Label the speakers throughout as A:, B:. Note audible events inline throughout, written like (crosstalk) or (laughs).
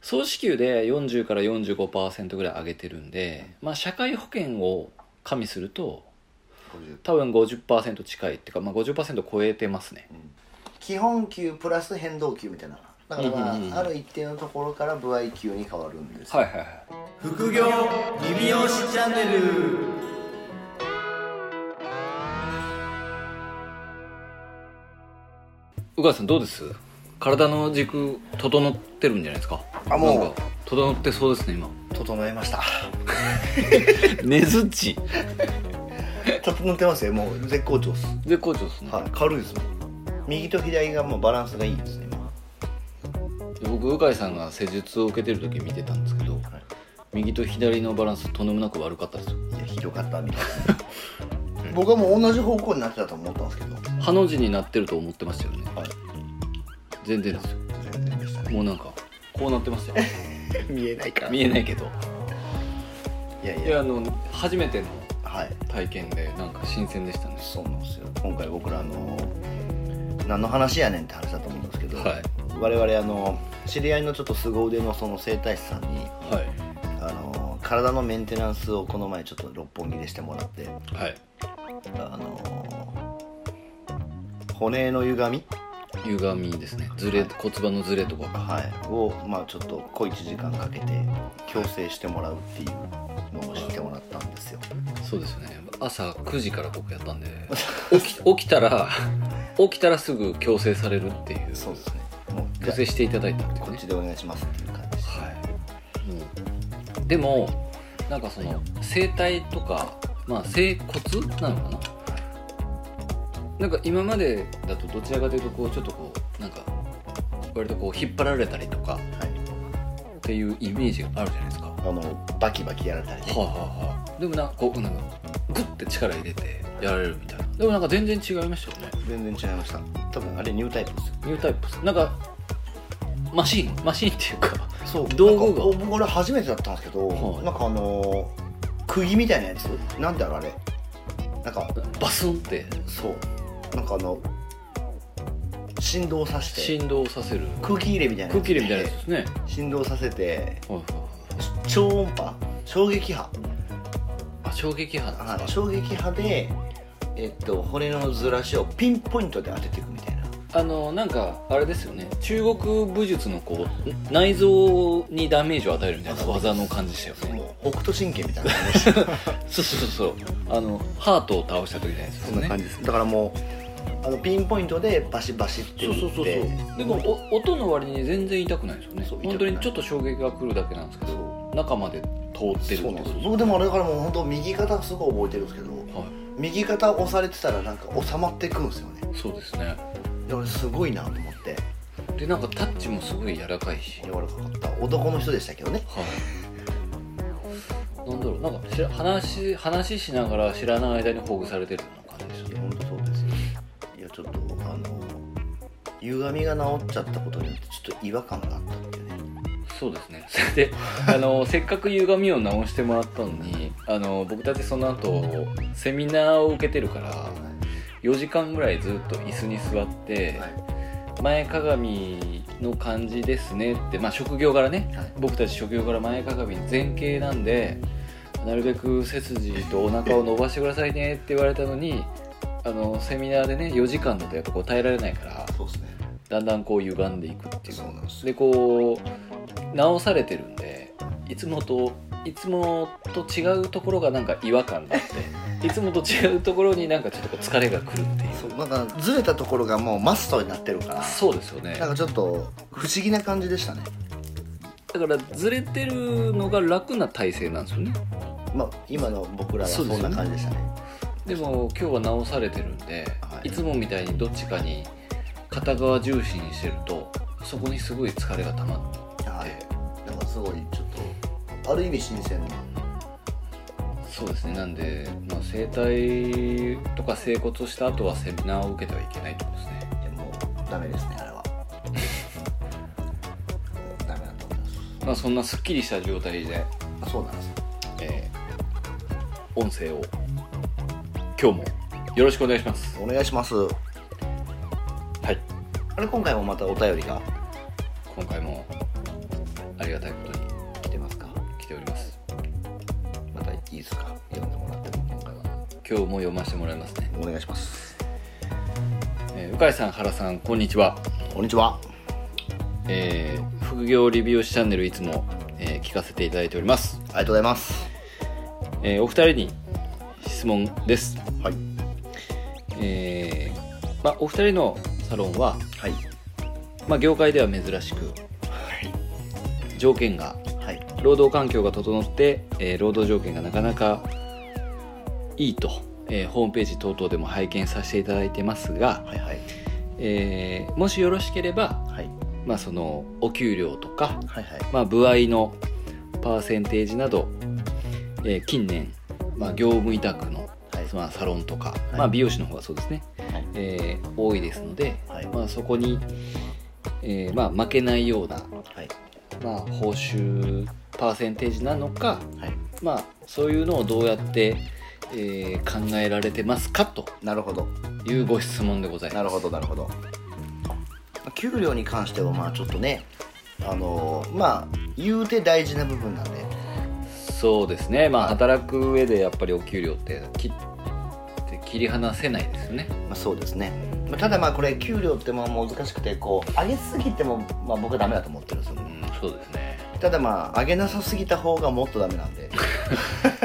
A: 総支給で40から45%ぐらい上げてるんで、まあ、社会保険を加味すると
B: 50
A: 多分50%近いっていうか、まあ、50%超えてますね
B: 基本給プラス変動給みたいなだからま
A: う
B: あ、
A: んうんうん
B: ある一定のところから歩合給に変わるんです、
A: はいはいはい
B: 副業リビオシチャンネル
A: 宇川さんどうです体の軸整ってるんじゃないですか
B: あもう
A: なんか整ってそうですね今
B: 整えました
A: (laughs)
B: (laughs)
A: 根づち
B: 整ってますよもう絶好調です、
A: 絶好調ですね、
B: はい、軽いですもん右と左がもうバランスがいいですね今
A: で僕鵜飼さんが施術を受けてる時見てたんですけど、
B: はい
A: 右と左のバランスとんでもなく悪かったですよ
B: いやひどかったみたいな (laughs) 僕はもう同じ方向になってたと思ったんですけど、
A: ハの字になってると思ってましたよね
B: はい、
A: 全然ですよ
B: 全然でしたね
A: もうなんかこうなってましたよ
B: (laughs) 見えないか
A: 見えないけど
B: いやいや
A: いやあの初めての
B: はい
A: 体験でなんか新鮮でしたね
B: そうなんですよ今回僕らあの何の話やねんって話だと思うんですけど、
A: はい
B: 我々あの知り合いのちょっと凄腕のその整体師さんに
A: はい
B: あの体のメンテナンスをこの前ちょっと六本木でしてもらって
A: はい
B: あの骨の歪み、
A: 歪みですねずれ骨盤のずれとか
B: はい、を、まあ、ちょっと小1時間かけて矯正してもらうっていうのをしてもらったんですよ
A: そうですよね朝9時から僕やったん (laughs) で起き起きたら起きたらすぐ強制されるっていう
B: そうですねもう
A: 強制していただいたっていう
B: こっ
A: ね
B: ちでお願いしますっていう感じでした
A: はいもうでもなんかその整体とかまあ整骨なのかななんか今までだとどちらかというとこうちょっとこうなんか割とこう引っ張られたりとか
B: はい
A: っていうイメージがあるじゃないですかは
B: あのバキバキやられたり
A: あ、はあはあ、でもなんかこうなんかグッて力入れてやられるみたいなでもなんか全然違いましたよね
B: 全然違いました多分あれニュータイプですよ
A: ニュータイプっすなんかマシーンマシーンっていうか
B: そう
A: 道具が
B: なんか僕俺初めてだったんですけど、
A: はい
B: なんかあのー釘みたいなやつなんだろうあれなんか
A: バスンって
B: そうなんかあの振動させて
A: 振動させる
B: 空気入れみたいなやつ
A: 空気入れみたいなやつですね
B: 振動させて
A: はいはいはい
B: 超音波衝撃波
A: あ衝撃波なん
B: はい
A: です
B: 衝撃波でえっと骨のずらしをピンポイントで当てていくみたいな
A: かあのなんかあれですよね中国武術のこう内臓にダメージを与えるみたいな技の感じでしたよね
B: もう北斗神拳みたいな感じでした
A: そうそうそうそうあのハートを倒した時じゃないです
B: そんな
A: か
B: 感
A: ね
B: じですだからもうあのピンポイントでバシバシって
A: そうそう
B: 打
A: そ
B: っ
A: う
B: て
A: そうでもお音の割に全然痛くないですよね
B: そう
A: 本当にちょっと衝撃が来るだけなんですけど
B: そ
A: 中まで通ってるって
B: う
A: こ
B: な
A: と
B: んで
A: ですす
B: よ僕でもあれだからもう本当右肩すごい覚えてるんですけど
A: は
B: 右肩押されてたらなんか収まっていくんですよね
A: いそうですね
B: で俺すごいなと思って
A: でなんかタッチもすごい柔らかいし
B: 柔らかかった男の人でしたけどね
A: はいなんだろうなんか知ら話話しながら知らない間にほぐされてるような感じでした
B: い
A: ね
B: や本当そうですよいやちょっとあの歪みが治っちゃったことによってちょっと違和感があったんでね
A: そうですね (laughs) それであ
B: (laughs)
A: のせっかく歪みを直してもらったのにあの僕たちその後セミナーを受けてるから4時間ぐらいずっと椅子に座って、
B: はい
A: 前かがみの感じですねって、まあ、職業柄ね
B: はい
A: 僕たち職業柄前かがみ前傾なんでなるべく背筋とお腹を伸ばしてくださいねって言われたのにあのセミナーでね4時間だとやっぱこう耐えられないから
B: そうですね
A: だんだんこう歪んでいくっていう
B: そうなんですよ
A: でこう直されてるんでいつもといつもと違うところがなんか違和感があっていつもと違うところになんかちょっとこう疲れがくるっていう
B: そうなんかずれたところがもうマストになってるから
A: そうですよね
B: なんかちょっと不思議な感じでしたね
A: だからずれてるのが楽な体勢なんですよね
B: まあ今の僕らはそ
A: そうです
B: ん
A: よね
B: な感じでしたね
A: でも今日は直されてるんで、
B: はい
A: い、つもみたいにどっちかに片側重視にしてるとそこにすごい疲れがたまって
B: はいなんかすごいちょっとある意味新鮮な
A: そうですねなんで、まあ、整体とか整骨をした後はセミナーを受けてはいけないってことですね
B: いやもうダメですねあれ (laughs) はもうダメだと思います
A: まあそんなすっきりした状態で、
B: あそうなんですよ
A: えー音声を今日もよろしくお願いします
B: お願いします
A: はい
B: あれ今回もまたお便りが
A: 今回もありがとうりがたいことに来てますか来ております
B: またいいですか読んでもらっても
A: 今回は今日も読ませてもらいますね、
B: お願いします
A: えー、うかいさん原さんこんにちは
B: こんにちは
A: えー副業リビューチャンネルいつも、えー聞かせていただいております、
B: ありがとうございます
A: えーお二人に質問です、
B: はい
A: えーまあ、お二人のサロンは、
B: はい
A: まあ、業界では珍しく条件が
B: はいはい
A: 労働環境が整って、えー労働条件がなかなかいいと、えーホームページ等々でも拝見させていただいてますが、
B: はいはい
A: えーもしよろしければ、
B: はい
A: まあ、そのお給料とか、
B: はいはい
A: まあ、部合のパーセンテージなど、えー近年、まあ、業務委託の、
B: はい
A: まあ、サロンとか、
B: い
A: まあ、美容師の方がそうですね、
B: はい
A: えー多いですので、
B: はい
A: まあ、そこに、えーまあ、負けないような、
B: はい
A: まあ、報酬パーセンテージなのか、
B: はい
A: まあ、そういうのをどうやって、えー考えられてますかと
B: なるほど
A: いうご質問でございます。
B: なるほどなるほど給料に関してはまあちょっとねあのーまあ言うて大事な部分なんで
A: そうですね、まあ、
B: はい
A: 働く上でやっぱりお給料って切って切り離せないですよね。
B: まあ、そうですね、まあ、ただまあこれ給料ってまあ難しくてこう上げすぎてもまあ僕はダメだと思ってるんですよ
A: うん、そうです (laughs) ね。
B: ただまあ上げなさすぎた方がもっとダメなんで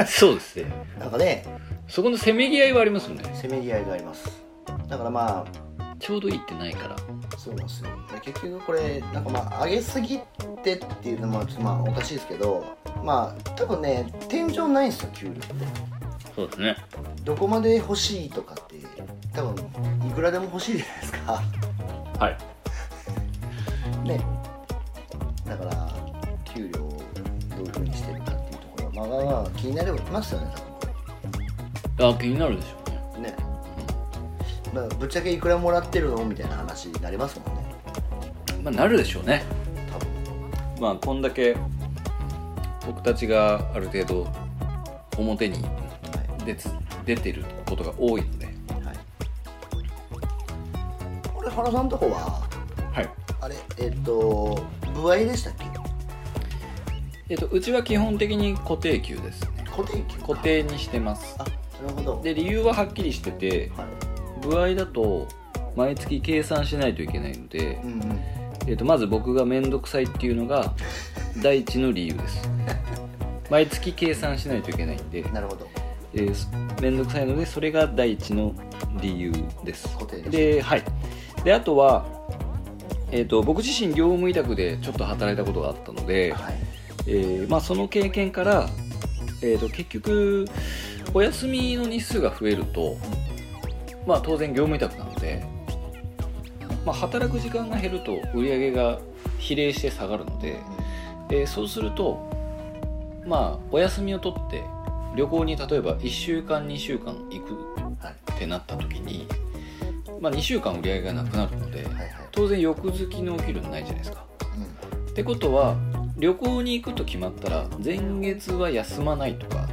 A: そうですね。
B: なんかね
A: そこのせめぎ合いはありますよね。
B: せめぎ合いがありますだからま
A: ちょうどいいってないから。
B: あそうなんですよで結局これなんかまあ上げすぎてっていうのもちょっとまあおかしいですけどまあ多分ね天井ないんですよ給料って
A: そうですね。
B: どこまで欲しいとかって多分いくらでも欲しいじゃないですか
A: はい。
B: ねだから給料をどういうふうにしてるかっていうところはまあまあまあ気になればいますよね多分こ
A: あ、気になるでしょうね。
B: れね、まあ、ぶっちゃけいくらもらってるのみたいな話になりますもんね
A: まあ、なるでしょうね。
B: 多分
A: まあ、こんだけ。僕たちがある程度。表に出つ出てることが多いので。
B: はい、はい、これ原さんとこは
A: はい。
B: あれえっ、と部合でしたっけ
A: えっと、うちは基本的に固定給ですね。
B: 固定給か
A: 固定にしてます。
B: あなるほど
A: で、理由ははっきりしてて、
B: はい
A: 部合だと。毎月計算しないといけないので。
B: うんうん
A: えー、とまず僕が面倒くさいっていうのが第一の理由です毎月計算しないといけないんで
B: なるほど
A: えーそ面倒、くさいのでそれが第一の理由です
B: 固定です
A: で,、はい、であとは、えー、と僕自身業務委託でちょっと働いたことがあったので、
B: はい
A: えーまあ、その経験から、えー、と結局お休みの日数が増えると、まあ、当然業務委託なので、まあ、働く時間が減ると売り上げが比例して下がるので、えーそうすると、まあ、お休みを取って旅行に例えば1週間2週間行く
B: はい
A: ってなった時に、まあ、2週間売り上げがなくなるので
B: はいはい
A: 当然翌月のお給料ないじゃないですか。
B: うん
A: ってことは旅行に行くと決まったら前月は休まないとか
B: はい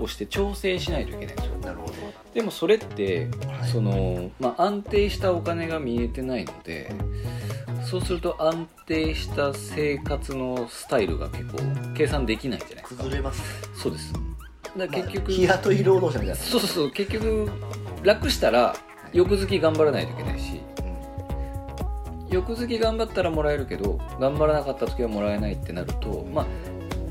A: をして調整しないといけないんですよ
B: なるほど。
A: でもそれってその、まあ、安定したお金が見えてないのでそうすると安定した生活のスタイルが結構計算できないじゃないですか
B: 崩れます。
A: そうですだから結局、
B: 日雇い労働者みたいな。
A: そうそうそう結局楽したら翌月頑張らないといけないし翌月頑張ったらもらえるけど頑張らなかった時はもらえないってなるとまあ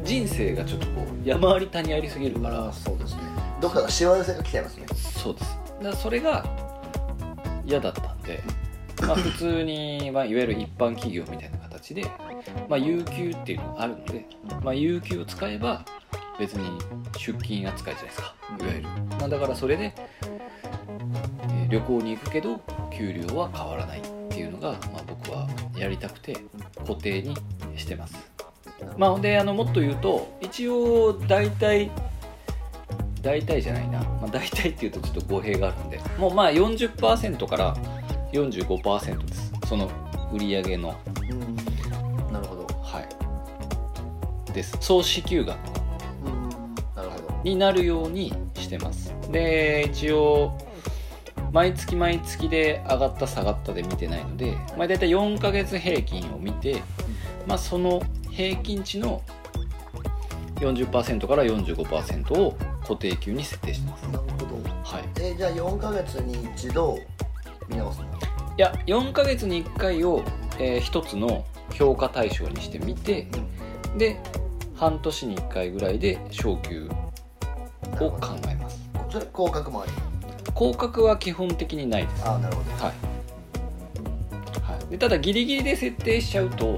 A: 人生がちょっとこう山あり谷ありすぎるか
B: だから
A: ら
B: そうですね。どっかがしわ寄せが来ちゃいますね。
A: そうですだからそれが嫌だったんで、まあ、普通に、まあ、いわゆる一般企業みたいな形で、まあ、有給っていうのがあるので、まあ、有給を使えば別に出勤扱いじゃないですかいわゆる、まあ、だからそれで、えー旅行に行くけど給料は変わらないっていうのが、まあ、僕はやりたくて固定にしてますまあ、ほんであのもっと言うと一応大体大体じゃないな、まあ、大体っていうとちょっと語弊があるんでもうまあ40%から45%ですその売り上げの
B: うん。なるほど。
A: はいです総支給額
B: うん。なるほど。
A: になるようにしてますで一応毎月毎月で上がった下がったで見てないので、まあ、大体4ヶ月平均を見て、まあ、その平均値の40%から45%を固定給に設定してます
B: なるほど
A: はい
B: えじゃあ4ヶ月に一度見直すの
A: いや4ヶ月に1回を、え1つの評価対象にしてみてで半年に1回ぐらいで昇給を考えます
B: それ広角もあり
A: 降格は基本的にないです
B: ああなるほど
A: はい、はい、でただギリギリで設定しちゃうと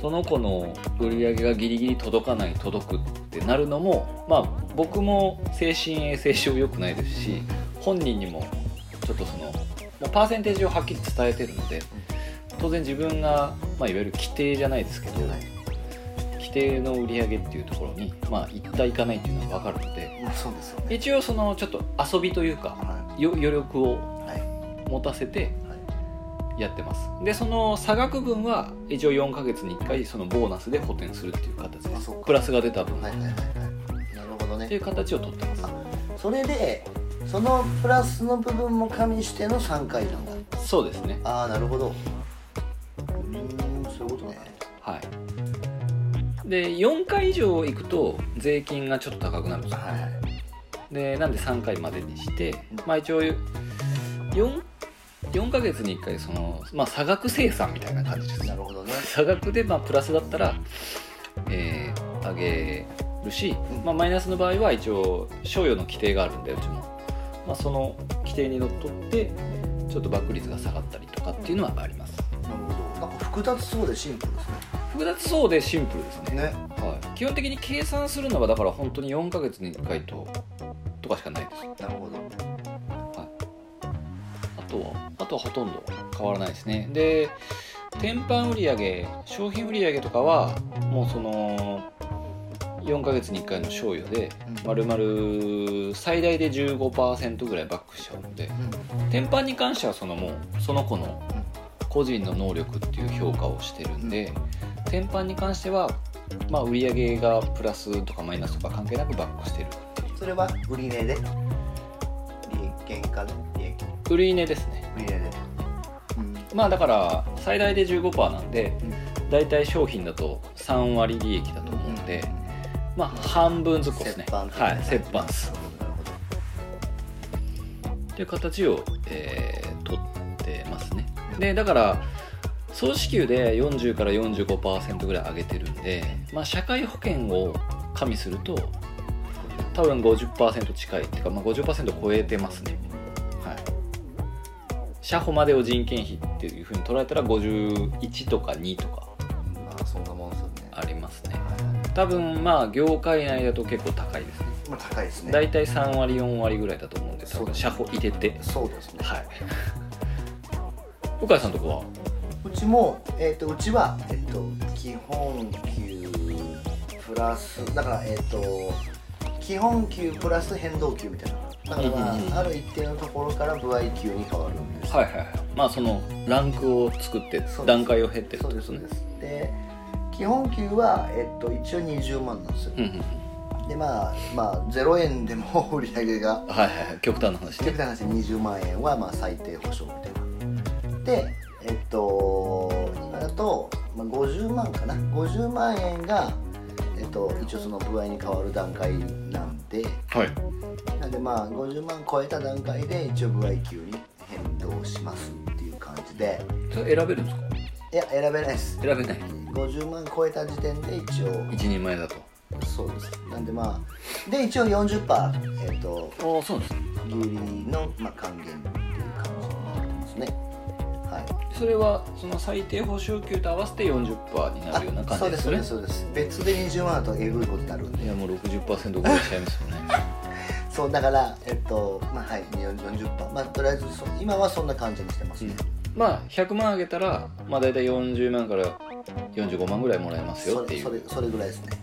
A: その子の売り上げがギリギリ届かない届くってなるのもまあ僕も精神衛生上良くないですし本人にもちょっとそのもうパーセンテージをはっきり伝えてるので当然自分が、まあ、いわゆる規定じゃないですけど規定の売り上げっていうところに、まあ、行った行かないっていうのは分かるので
B: まあそうですよね
A: 一応そのちょっと遊びというか
B: は
A: よ余力を
B: いはい
A: 持たせて
B: はい
A: やってますでその差額分は一応4ヶ月に1回そのボーナスで補填するっていう形で
B: あ
A: す
B: そっか
A: プラスが出た分、
B: はいはいはいはいなるほど
A: ってい
B: ね
A: う形を取ってます
B: それでそのプラスの部分も加味しての3回なんだ
A: そうですね
B: ああなるほどうーんそういうことね
A: はいで4回以上行くと税金がちょっと高くなるんですよ
B: はい
A: でなんで3回までにしてまあ一応 4, 4ヶ月に1回その、まあ、差額生産みたいな感じです
B: なるほどね
A: 差額でまあプラスだったら、えー上げるし、
B: うん
A: まあ、マイナスの場合は一応賞与の規定があるんでうちも、まあ、その規定にのっとってちょっとバック率が下がったりとかっていうのはあります
B: なるほどなんか複雑そうでシンプルです
A: 複雑そうでシンプルですね、
B: ねね
A: はい、基本的に計算するのはだから本当に4ヶ月に1回ととかしかないです
B: なるほど
A: あとはあとはほとんど変わらないですねで天板売上商品売上とかはもうその4ヶ月に1回の賞与で
B: うん
A: 丸々最大で15%ぐらいバックしちゃうので天板に関してはそのもうその子の個人の能力っていう評価をしてるんで天板に関してはまあ売上がプラスとかマイナスとか関係なくバックしてるっていう
B: それは売り値で利益原価で利益
A: 売り値ですね
B: 売り値でうん
A: まあだから最大で15%なんで、
B: う
A: だいたい商品だと3割利益だと思うんで、まあ半分ずつですね
B: 折半的な
A: はい折半っす
B: なるほど
A: っていう形を、えー取ってますねでだから総支給で40から45%ぐらい上げてるんで、まあ、社会保険を加味すると多分50%近いっていうか、まあ、50%超えてますねはい社保までを人件費っていうふうに捉えたら51とか2とか
B: まあそんなもんですよね
A: ありますね
B: はいはい
A: 多分まあ業界内だと結構高いですね
B: まあ高いですね
A: 大体3割4割ぐらいだと思うんで多
B: そう
A: 分車保入れて
B: そうですね
A: (laughs) はい岡井さんとこは
B: うちもえっとうちはえっと基本給プラスだからえっと基本給プラス変動給みたいなだからま
A: うんうんうん
B: あある一定のところから歩合給に変わるんです
A: はいはいはいまあそのランクを作って
B: そうです
A: 段階を経ってるって
B: そ
A: こ
B: う
A: と
B: で
A: ですす
B: そう
A: ね
B: ですで基本給は、えっと、一応20万なんですよ、
A: うんうんうん
B: でまあまあ0円でも売り上げが
A: はいはいはい極端な話
B: 極
A: ね
B: 端な話20万円はまあ最低保証みたいなでえっと今だと、まあ、50万かな50万円が、えっと、一応その部合に変わる段階なんで
A: はい
B: なんでまあ50万超えた段階で一応部合給に変動しますっていう感じで
A: それ選べるんですか
B: いや選べないです
A: 選べない
B: 50万超えた時点で一応
A: 一人前だと
B: そうですなんでまあで一応40%えっ、と
A: ああそうなんですね
B: 牛利の、まあ、還元っていう感じになってますねは
A: それはその最低報酬給と合わせて40%になるようない
B: あ
A: 感
B: そ
A: じ
B: うで
A: ですすよ
B: そうで
A: ね
B: すそうです別で20万だとえぐいことになるんで
A: いやもう60%ぐらいしちゃいますよね
B: そうだからえっ、とまあはい40%まあとりあえずそう今はそんな感じにしてますね、
A: (laughs) まあ100万あげたらまあ大体40万から45万ぐらいもらえますよ
B: そ
A: って
B: れ
A: いう
B: それそれぐらいですね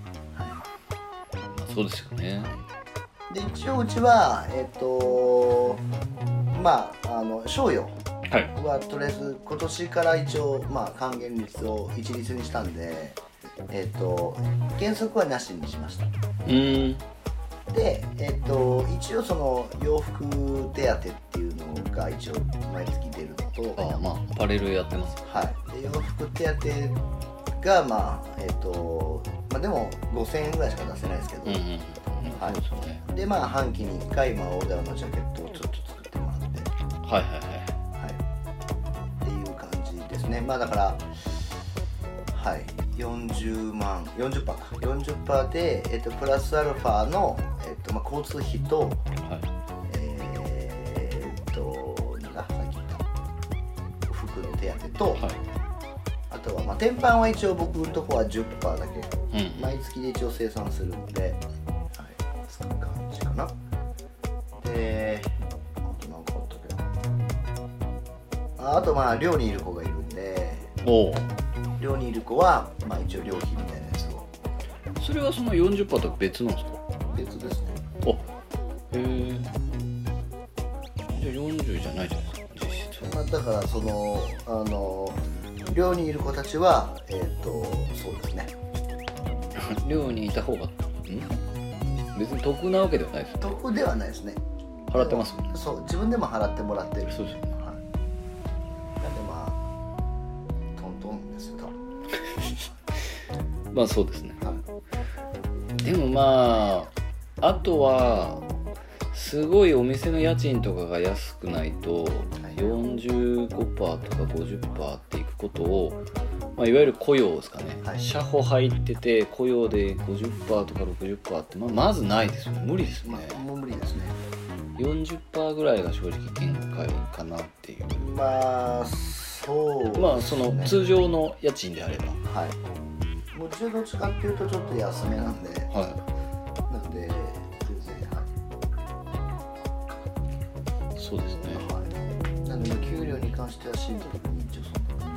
A: まあそうですよね
B: で一応うちはえっ、とまああの賞与
A: はい
B: はとりあえず今年から一応まあ還元率を一律にしたんでえっ、と原則はなしにしました
A: うーん
B: で、えっと一応その洋服手当っていうのが一応毎月出るのと
A: あまあアパレルやってます
B: はい、で洋服手がまあえっ、と、まあ、でも5000円ぐらいしか出せないですけど、
A: うんうんうん
B: はい
A: そうですよね
B: でまあ半期に1回、まあ、オーダーのジャケットをちょっと作ってもらって、
A: はいはいはい
B: はい、っていう感じですねまあだからはい40万40%か40%で、えっとプラスアルファの、えっとまあ、交通費と
A: はい
B: えーっとなんださっき言った服の手当と、
A: は
B: あとは、まあ、天板は一応僕のとこは10%だけ
A: いうん
B: 毎月で一応生産するので、はい、使う感じかなであと何かあったっけなああとまあ寮にいる子がいるんで
A: おお
B: 寮にいる子は、まあ、一応寮費みたいなやつを
A: それはその40%とは別なんですか
B: 別ですね
A: あへえじゃあ40じゃないじゃないですか実質
B: まあ、だからそのあの寮にいる子たちはえーっとそうですね
A: (laughs) 寮にいた方がん別に得なわけではないですよ
B: 得ではないですね
A: 払ってますもんね
B: そう自分でも払ってもらってる
A: そうですよね
B: はい、なんでまあトントンですよ多分
A: まあそうですね
B: はい
A: でもまああとはすごいお店の家賃とかが安くないと45%とか50%っていくことを、まあ、いわゆる雇用ですかね、
B: はい
A: 社保入ってて雇用で50%とか60%って、まあ、まずないですよね無理ですよ
B: ま
A: ね
B: あ、もう無理ですね
A: 40%ぐらいが正直限界かなっていう
B: まあそうですね
A: まあその通常の家賃であれば
B: はいもう中どっちかっていうとちょっと安めなんで
A: は
B: なんで全然はい
A: いそうですね
B: はいなんでまあ給料に関してはシートとかに一応そんな感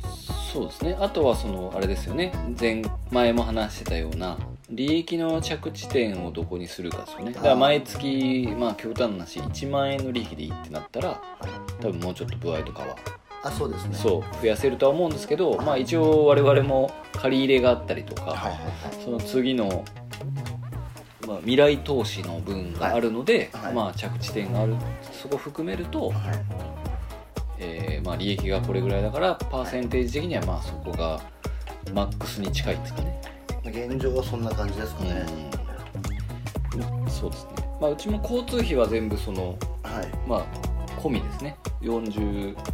B: じですよ
A: そうですねあとはそのあれですよね前前も話してたような利益の着地点をどこにするかですよねだから毎月まあ極端な話1万円の利益でいいってなったら
B: はい
A: 多分もうちょっと歩合とかは
B: あそうですねう
A: そう増やせるとは思うんですけどまあ一応我々も借り入れがあったりとか、
B: はいはいはい
A: その次の、まあ、未来投資の分があるので、
B: はいはい
A: まあ、着地点があるそこ含めると、
B: はい
A: えーまあ、利益がこれぐらいだからパーセンテージ的にはまあそこがマックスに近いですかね、
B: 現状はそんな感じですかね、
A: うん、そうですね、まあ、うちも交通費は全部その、
B: はい
A: まあ、込みですね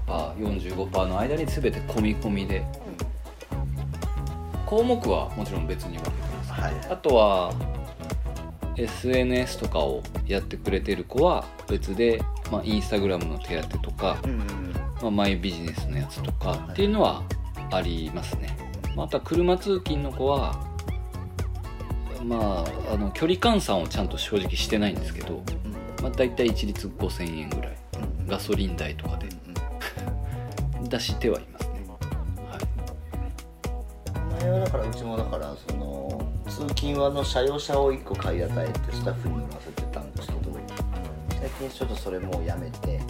A: 40%45% の間に全て込み込みで項目はもちろん別に分けてます
B: はい
A: あとは SNS とかをやってくれてる子は別で、まあ、インスタグラムの手当とか、
B: うんうんうん
A: まあ、マイビジネスのやつとかっていうのはありますね。また車通勤の子はまああの距離換算をちゃんと正直してないんですけど、
B: うん
A: まあ、大体一律5,000円ぐらい
B: うん
A: ガソリン代とかで出してはいますね。はい
B: 前はだからうちもだからその通勤はの車用車を1個買い与えてスタッフに乗らせてたんですけど最近ちょっとそれもうやめて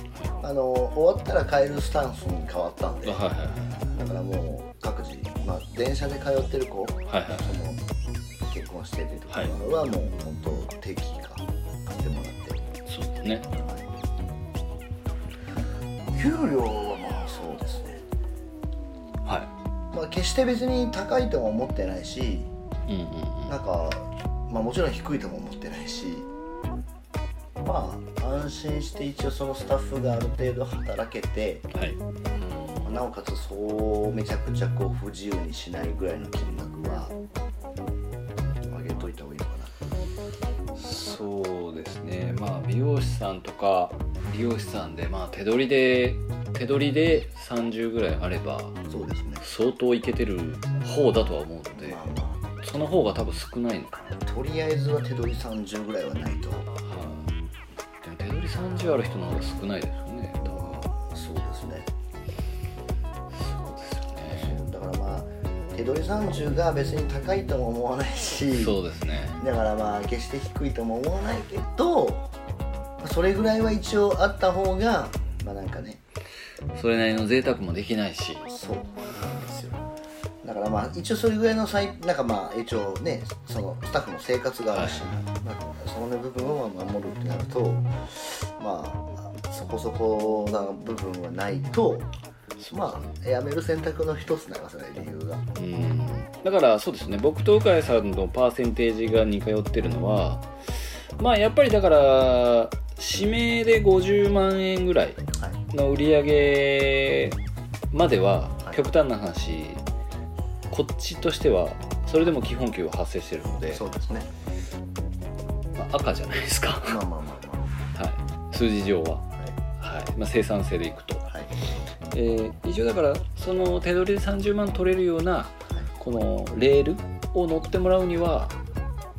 B: あの終わったら買えるスタンスに変わったんで
A: あはいはい
B: だからもう各自、まあ、電車で通ってる子その
A: はいはいはい
B: 結婚してるとかはもう本当定期か買ってもらって。
A: そうですね
B: 給料はまあそうですね、
A: は
B: まあ、決して別に高いとも思ってないし
A: いうんうんうん
B: なんか、まあ、もちろん低いとも思ってないしまあ安心して一応そのスタッフがある程度働けて
A: はい
B: まあなおかつそうめちゃくちゃこう不自由にしないぐらいの金額は上げといた方がいいのか
A: そうですねまあ美容師さんとか美容師さんでまあ手取りで手取りで30ぐらいあれば
B: なそうですね
A: 相当いけてる方だとは思うので
B: まあま
A: その方が多分少ないのかな、
B: あとりあえずは手取り30ぐらいはないと
A: はいでも手取り30ある人の方が少ないですよね多分
B: そうですね
A: そうですよね
B: だからまあ手取り30が別に高いとも思わないし
A: そうですね
B: だからまあ決して低いとも思わないけどそれぐらいは一応あった方がまあなんかね
A: それなりの贅沢もできないし
B: そうなんですよだからまあ一応それぐらいの最なんかまあ一応ねそのスタッフの生活があるし、まあ、その部分を守るってなるとまあそこそこな部分はないとまあやめる選択の一つになりますね理由が
A: うんだからそうですね僕と鵜飼さんのパーセンテージが似通ってるのはまあやっぱりだから指名で50万円ぐらい
B: はい
A: の売り上げまでは
B: はい
A: 極端な話こっちとしてはそれでも基本給は発生してるので、
B: そうですね
A: まあ赤じゃないですか、
B: まあまあまあ
A: はい、数字上は、
B: ま
A: はいまあ、生産性でいくと、
B: あはい
A: えー一応だからその手取りで30万取れるようなこのレールを乗ってもらうには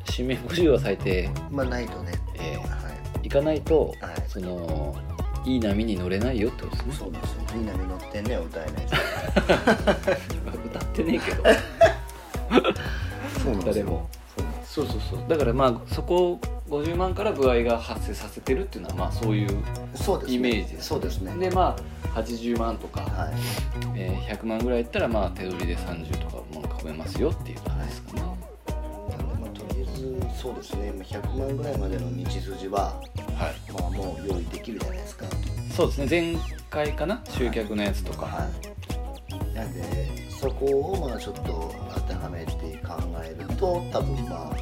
A: 指名50は最低、
B: まあないとね
A: え
B: はい
A: ーいかないと、
B: はい
A: そのいい波に乗れないよってことですね
B: そうなんですよみんなに乗ってね歌えないです
A: 歌ってねえけど
B: そうなんです
A: 誰
B: よ
A: も (laughs) そうそうそうだからまあそこを50万から具合が発生させてるっていうのはまあそういう
B: そうですね
A: イメージです
B: そうですね
A: でまあ80万とか、
B: はい
A: えー100万ぐらいいったらまあ手取りで30とかもうかめますよっていう感じですかね、
B: なんでまあとりあえずそうですねまあ100万ぐらいまでの道筋は
A: はい、
B: まあもう用意できるじゃないですか
A: そうですね前回かな集客のやつとか、
B: はい、なんでそこをまあちょっと当てはめて考えると多分まあ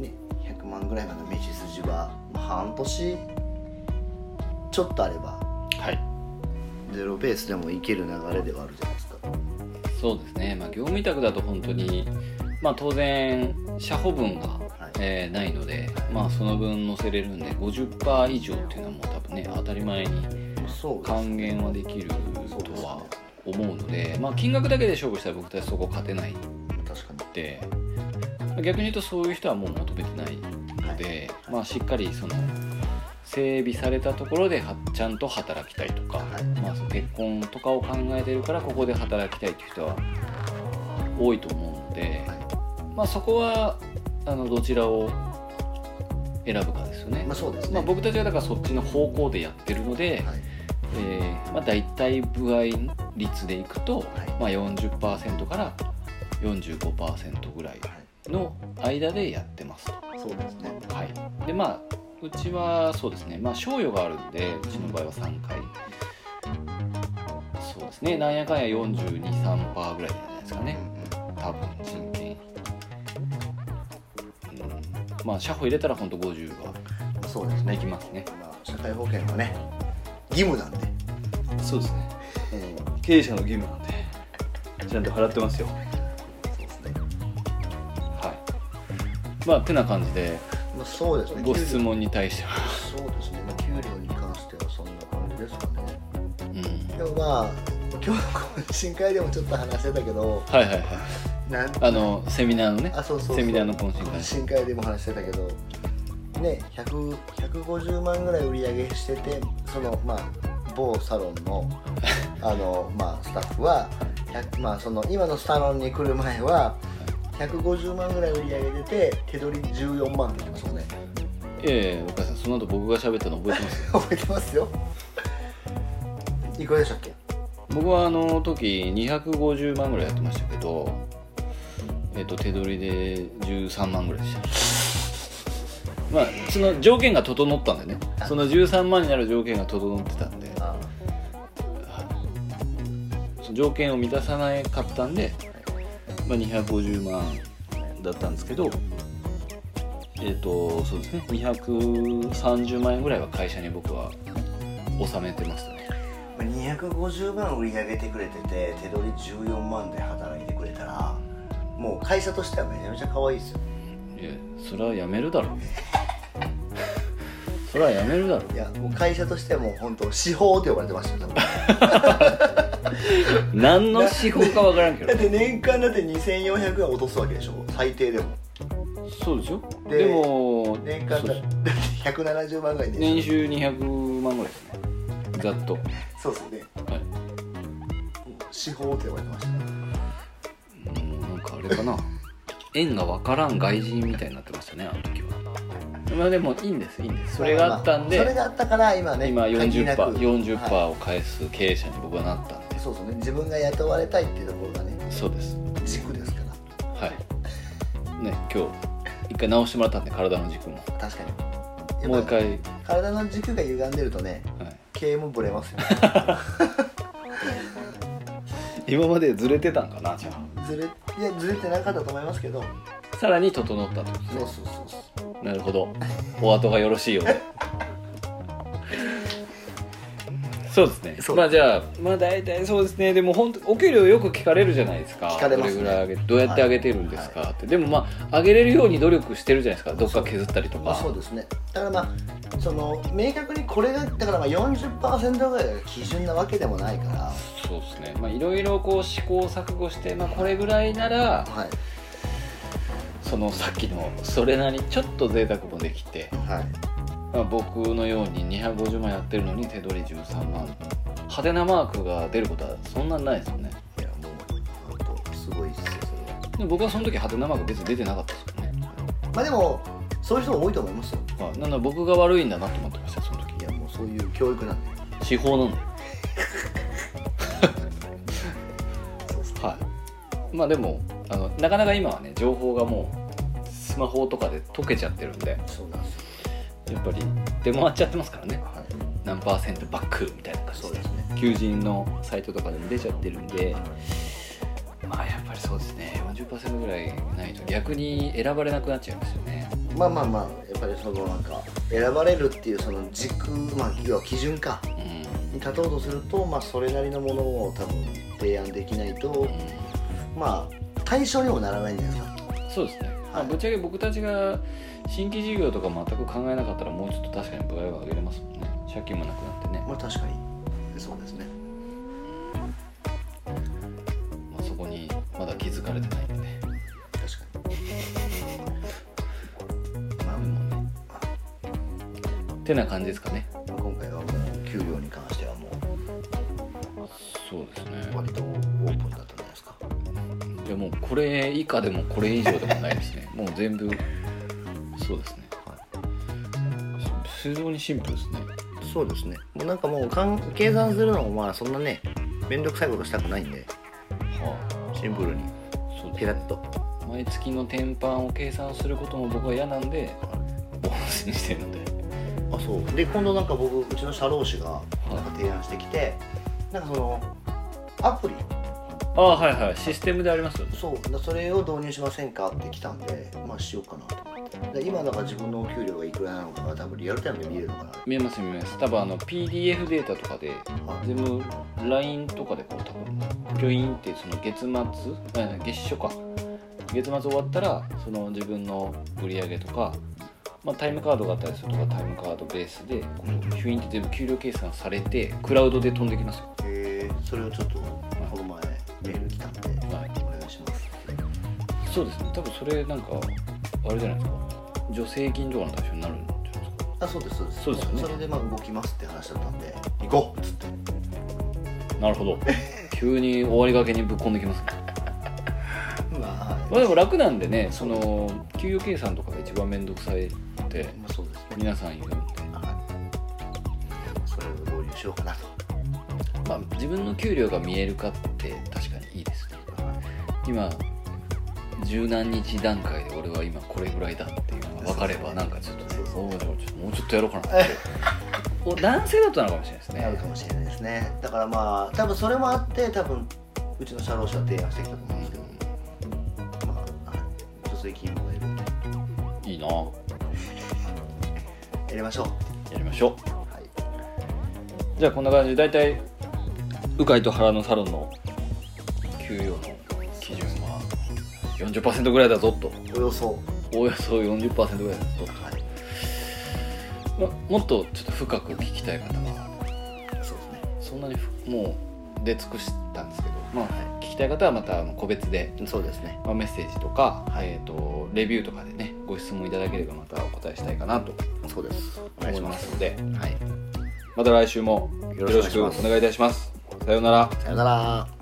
B: ね100万ぐらいまでの道筋はまあ半年ちょっとあれば
A: はい
B: ゼロベースでもいける流れではあるじゃないですか
A: そうですね、まあ、業務委託だと本当に、まあ、当然社保分が、
B: い
A: えーないので、まあ、その分乗せれるんで50%以上っていうのはもう多分ね当たり前に
B: そうです
A: 還元はできると
B: そうですね
A: は思うので、まあ、金額だけで勝負したら僕たちそこ勝てないん
B: 確か
A: で逆に言うとそういう人はもう求めてないので、まあ、しっかりその整備されたところではちゃんと働きたいとか、
B: はい
A: まあ、その結婚とかを考えてるからここで働きたいっていう人は多いと思うので、まあ、そこはあのどちらを選ぶかですよね
B: にまあ。そうですね、
A: まあ、僕たちはだからそっちの方向でやってるので、
B: はい
A: えーまあ、大体部合率でいくと、まあ、40%から45%ぐらい
B: は
A: の間でやってます
B: い、そうですね
A: と、はい、でまあうちはそうですねまあ賞与があるんでうちの場合は3回そうですねなんやかんや423%ぐらいじゃないですかね多分人件費、うん、まあ社保入れたらほんと50は
B: うんうんそうですね
A: できますね
B: まあ社会保険はね義務なんで、
A: そうですね
B: うん、
A: 経営者の義務なんでちゃんと払ってますよ
B: そうですね
A: はいまあてな感じで
B: まあそうですね
A: ご質問に対しては、
B: そうですね、まあ、給料に関してはそんな感じですかね。
A: うん、
B: でもまあ、今日の懇親会でもちょっと話してたけど、
A: はいはいはい
B: なん
A: あのセミナーのね
B: あそうそうそう
A: セミナーの懇親会
B: 懇親会でも話してたけど、ね、100 150万ぐらい売り上げしてて、そのまあ、某サロン
A: (laughs)
B: のあの、まあ、スタッフは、100まあ、その今のサロンに来る前は、150万ぐらい売り上げてて、手取り14万って言ってましたもんね。 (laughs)
A: ええお母さんその後僕が喋ったの覚えてます
B: 覚えてますよ。いくらでしたっけ
A: 僕はあの時250万ぐらいやってましたけどえっ、と手取りで13万ぐらいでしたまあその条件が整ったんでねその13万になる条件が整ってたんで
B: あ
A: その条件を満たさなかったんで、まあ、250万だったんですけどえっ、とそうですね230万円ぐらいは会社に僕は納めてましたね
B: まあ250万売り上げてくれてて手取り14万で働いてくれたらもう会社としてはめちゃめちゃ可愛いですよ
A: いやそれはやめるだろう (laughs) それはやめるだろ
B: いやもう会社としてはもう本当司法って呼ばれてましたよ多
A: (laughs)
B: 分
A: う何の司法かわからんけ
B: だっ
A: ど
B: て年間だって2400円落とすわけでしょ最低でも
A: そうでしょ
B: で
A: でも
B: 年間
A: そう
B: だ
A: で
B: だ
A: し
B: っ
A: ょ
B: て170万ぐらいでしょ
A: 年収200万ぐらいですねざっと、は
B: そうですよね
A: い、
B: 司法って呼ばれてましたね
A: もうなんかあれかな縁が分からん外人みたいになってましたねあの時はまあでもいいんですいいんですそれがあったんで、
B: まあまあそれがあったから今ね
A: 今
B: 限りな
A: 40%,
B: くは
A: 40%を返す経営者に僕はなったんで
B: いそうそうね自分が雇われたいっていうところがね
A: そうです
B: 軸ですから
A: はいね今日一回直してもらったんで体の軸も
B: 確かに
A: もう一回、は
B: 体の軸が歪んでるとね
A: い、 (laughs)
B: 経営もブレますよ
A: 今までずれてたんかなじゃ
B: ずれいやずれてなかったと思いますけど
A: あさらに整ったってこと
B: そうそうそうそう
A: なるほどお後がよろしいようでそうですね
B: そう
A: まあじゃあまあ大体そうですねでも本当お給料よく聞かれるじゃないですか
B: 聞かれますね
A: どれぐらい上げどうやって上げてるんですかって、でもまあ上げれるように努力してるじゃないですかどっか削ったりと
B: まあ
A: か
B: そうですねだからまあその明確にこれがだからまあ40%ぐらいが基準なわけでもないから
A: そうですねまあいろいろこう試行錯誤して、まあ、これぐらいなら
B: はい
A: そのさっきのそれなりにちょっと贅沢もできて、
B: はい
A: まあ、僕のように250万やってるのに手取り13万派手なマークが出ることはそんなんないですよね
B: いやもう本当すごいですよそれは
A: で僕はその時派手なマーク別に出てなかったですよね、
B: まあでもそういう人多いと思いますよ
A: まあ、なので僕が悪いんだなと思ってましたその時
B: いやもうそういう教育なんで
A: 司法なんだよ
B: そうです
A: はいまあでもあのなかなか今はね情報がもうスマホとかで溶けちゃってるんで
B: そうなんですよ
A: やっぱり出回っちゃってますからね
B: はい
A: 何パーセントバックみたいな感じ
B: そう
A: で
B: ですね
A: 求人のサイトとかでも出ちゃってるんでまあやっぱりそうですね40%ぐらいないと逆に選ばれなくなっちゃいますよね
B: まあまあまあやっぱりそのなんか選ばれるっていうその軸まあ要は基準か
A: うん、
B: に立とうとするとまあそれなりのものを多分提案できないとまあ対象にもならないんじゃないですか
A: うんそうですね、まあ、
B: はい
A: ぶっちゃけ僕たちが新規事業とか全く考えなかったらもうちょっと確かに部合は上げれますもんね借金もなくなってね、
B: まあ確かにそうですね
A: まあ、そこにまだ気づかれてないんでね
B: 確かにまあ
A: でもねてな感じですかね
B: まあ今回はもう給料に関してはも
A: そうです
B: う
A: ね
B: 割とオープンだったんじゃないですか
A: いやもうこれ以下でもこれ以上でもないです (laughs) ねもう全部そうですね、非常にシンプルですね
B: そうですねもうなんかもうかん計算するのもまあそんなね面倒くさいことしたくないんで
A: は
B: シンプルに
A: あそう
B: ペ
A: で
B: ラ
A: す
B: ッと
A: 毎月の天板を計算することも僕は嫌なんでボーナスにしてるので
B: あそうで今度なんか僕うちの社労士がなんか提案してきてなんかそのアプリ
A: ああはいはいシステムでありますよね
B: そうだそれを導入しませんかって来たんでまあしようかなと思ってで今だから自分のお給料がいくらなのかが多分リアルタイムで見れるのかな
A: 見えます見えます多分あの PDF データとかで
B: はい
A: 全部 LINE とかでこう多分ピョインってその月末あ月初か月末終わったらその自分の売り上げとか、まあ、タイムカードがあったりするとかタイムカードベースでこうピョインって全部給料計算されてクラウドで飛んできますよ、
B: えーそれをちょっとこの前メール来たんで
A: はい、
B: お願いします
A: そうですね多分それなんかあれじゃないですか助成金とかの対象になるんじゃないですか
B: あそうですそうです
A: そうですよね
B: それでまあ動きますって話だったんで行こうっつって
A: なるほ (laughs) ど急に終わりがけにぶっこんできますね
B: まあ、はい
A: まあでも楽なんでねその給与計算とかが一番面倒くさいって
B: まあそうですね
A: 皆さん言うんで、
B: はいそれを導入しようかなと
A: まあ、自分の給料が見えるかって確かにいいですね今十何日段階で俺は今これぐらいだっていうのが分かればなんかちょっとねおーちょっともうちょっとやろう (laughs) かなってお男性だとなのかもしれないです
B: なる
A: ね
B: かもしれないですねだからまあ多分それもあって多分うちの社労士は提案してきたと思うんですけどまあはい助成金も得るんで
A: いいなや
B: やりましょ
A: りましょ
B: うはいう
A: じゃあこんな感じで大体鵜飼と原のサロンの給与の基準は40%ぐらいだぞと
B: およそ
A: おおよそ40%ぐらいだぞと
B: はい
A: まもっとちょっと深く聞きたい方は
B: そうですね
A: そんなにふもう出尽くしたんですけど、まあ、聞きたい方はまたあの個別で、
B: そうですね
A: まあ、メッセージとか、えー、とレビューとかでねご質問いただければまたお答えしたいかなと
B: そうですお願
A: 思
B: いし
A: い
B: ま
A: ますすので
B: はい
A: また来週もよろしくお願いいたします。さようなら
B: さよなら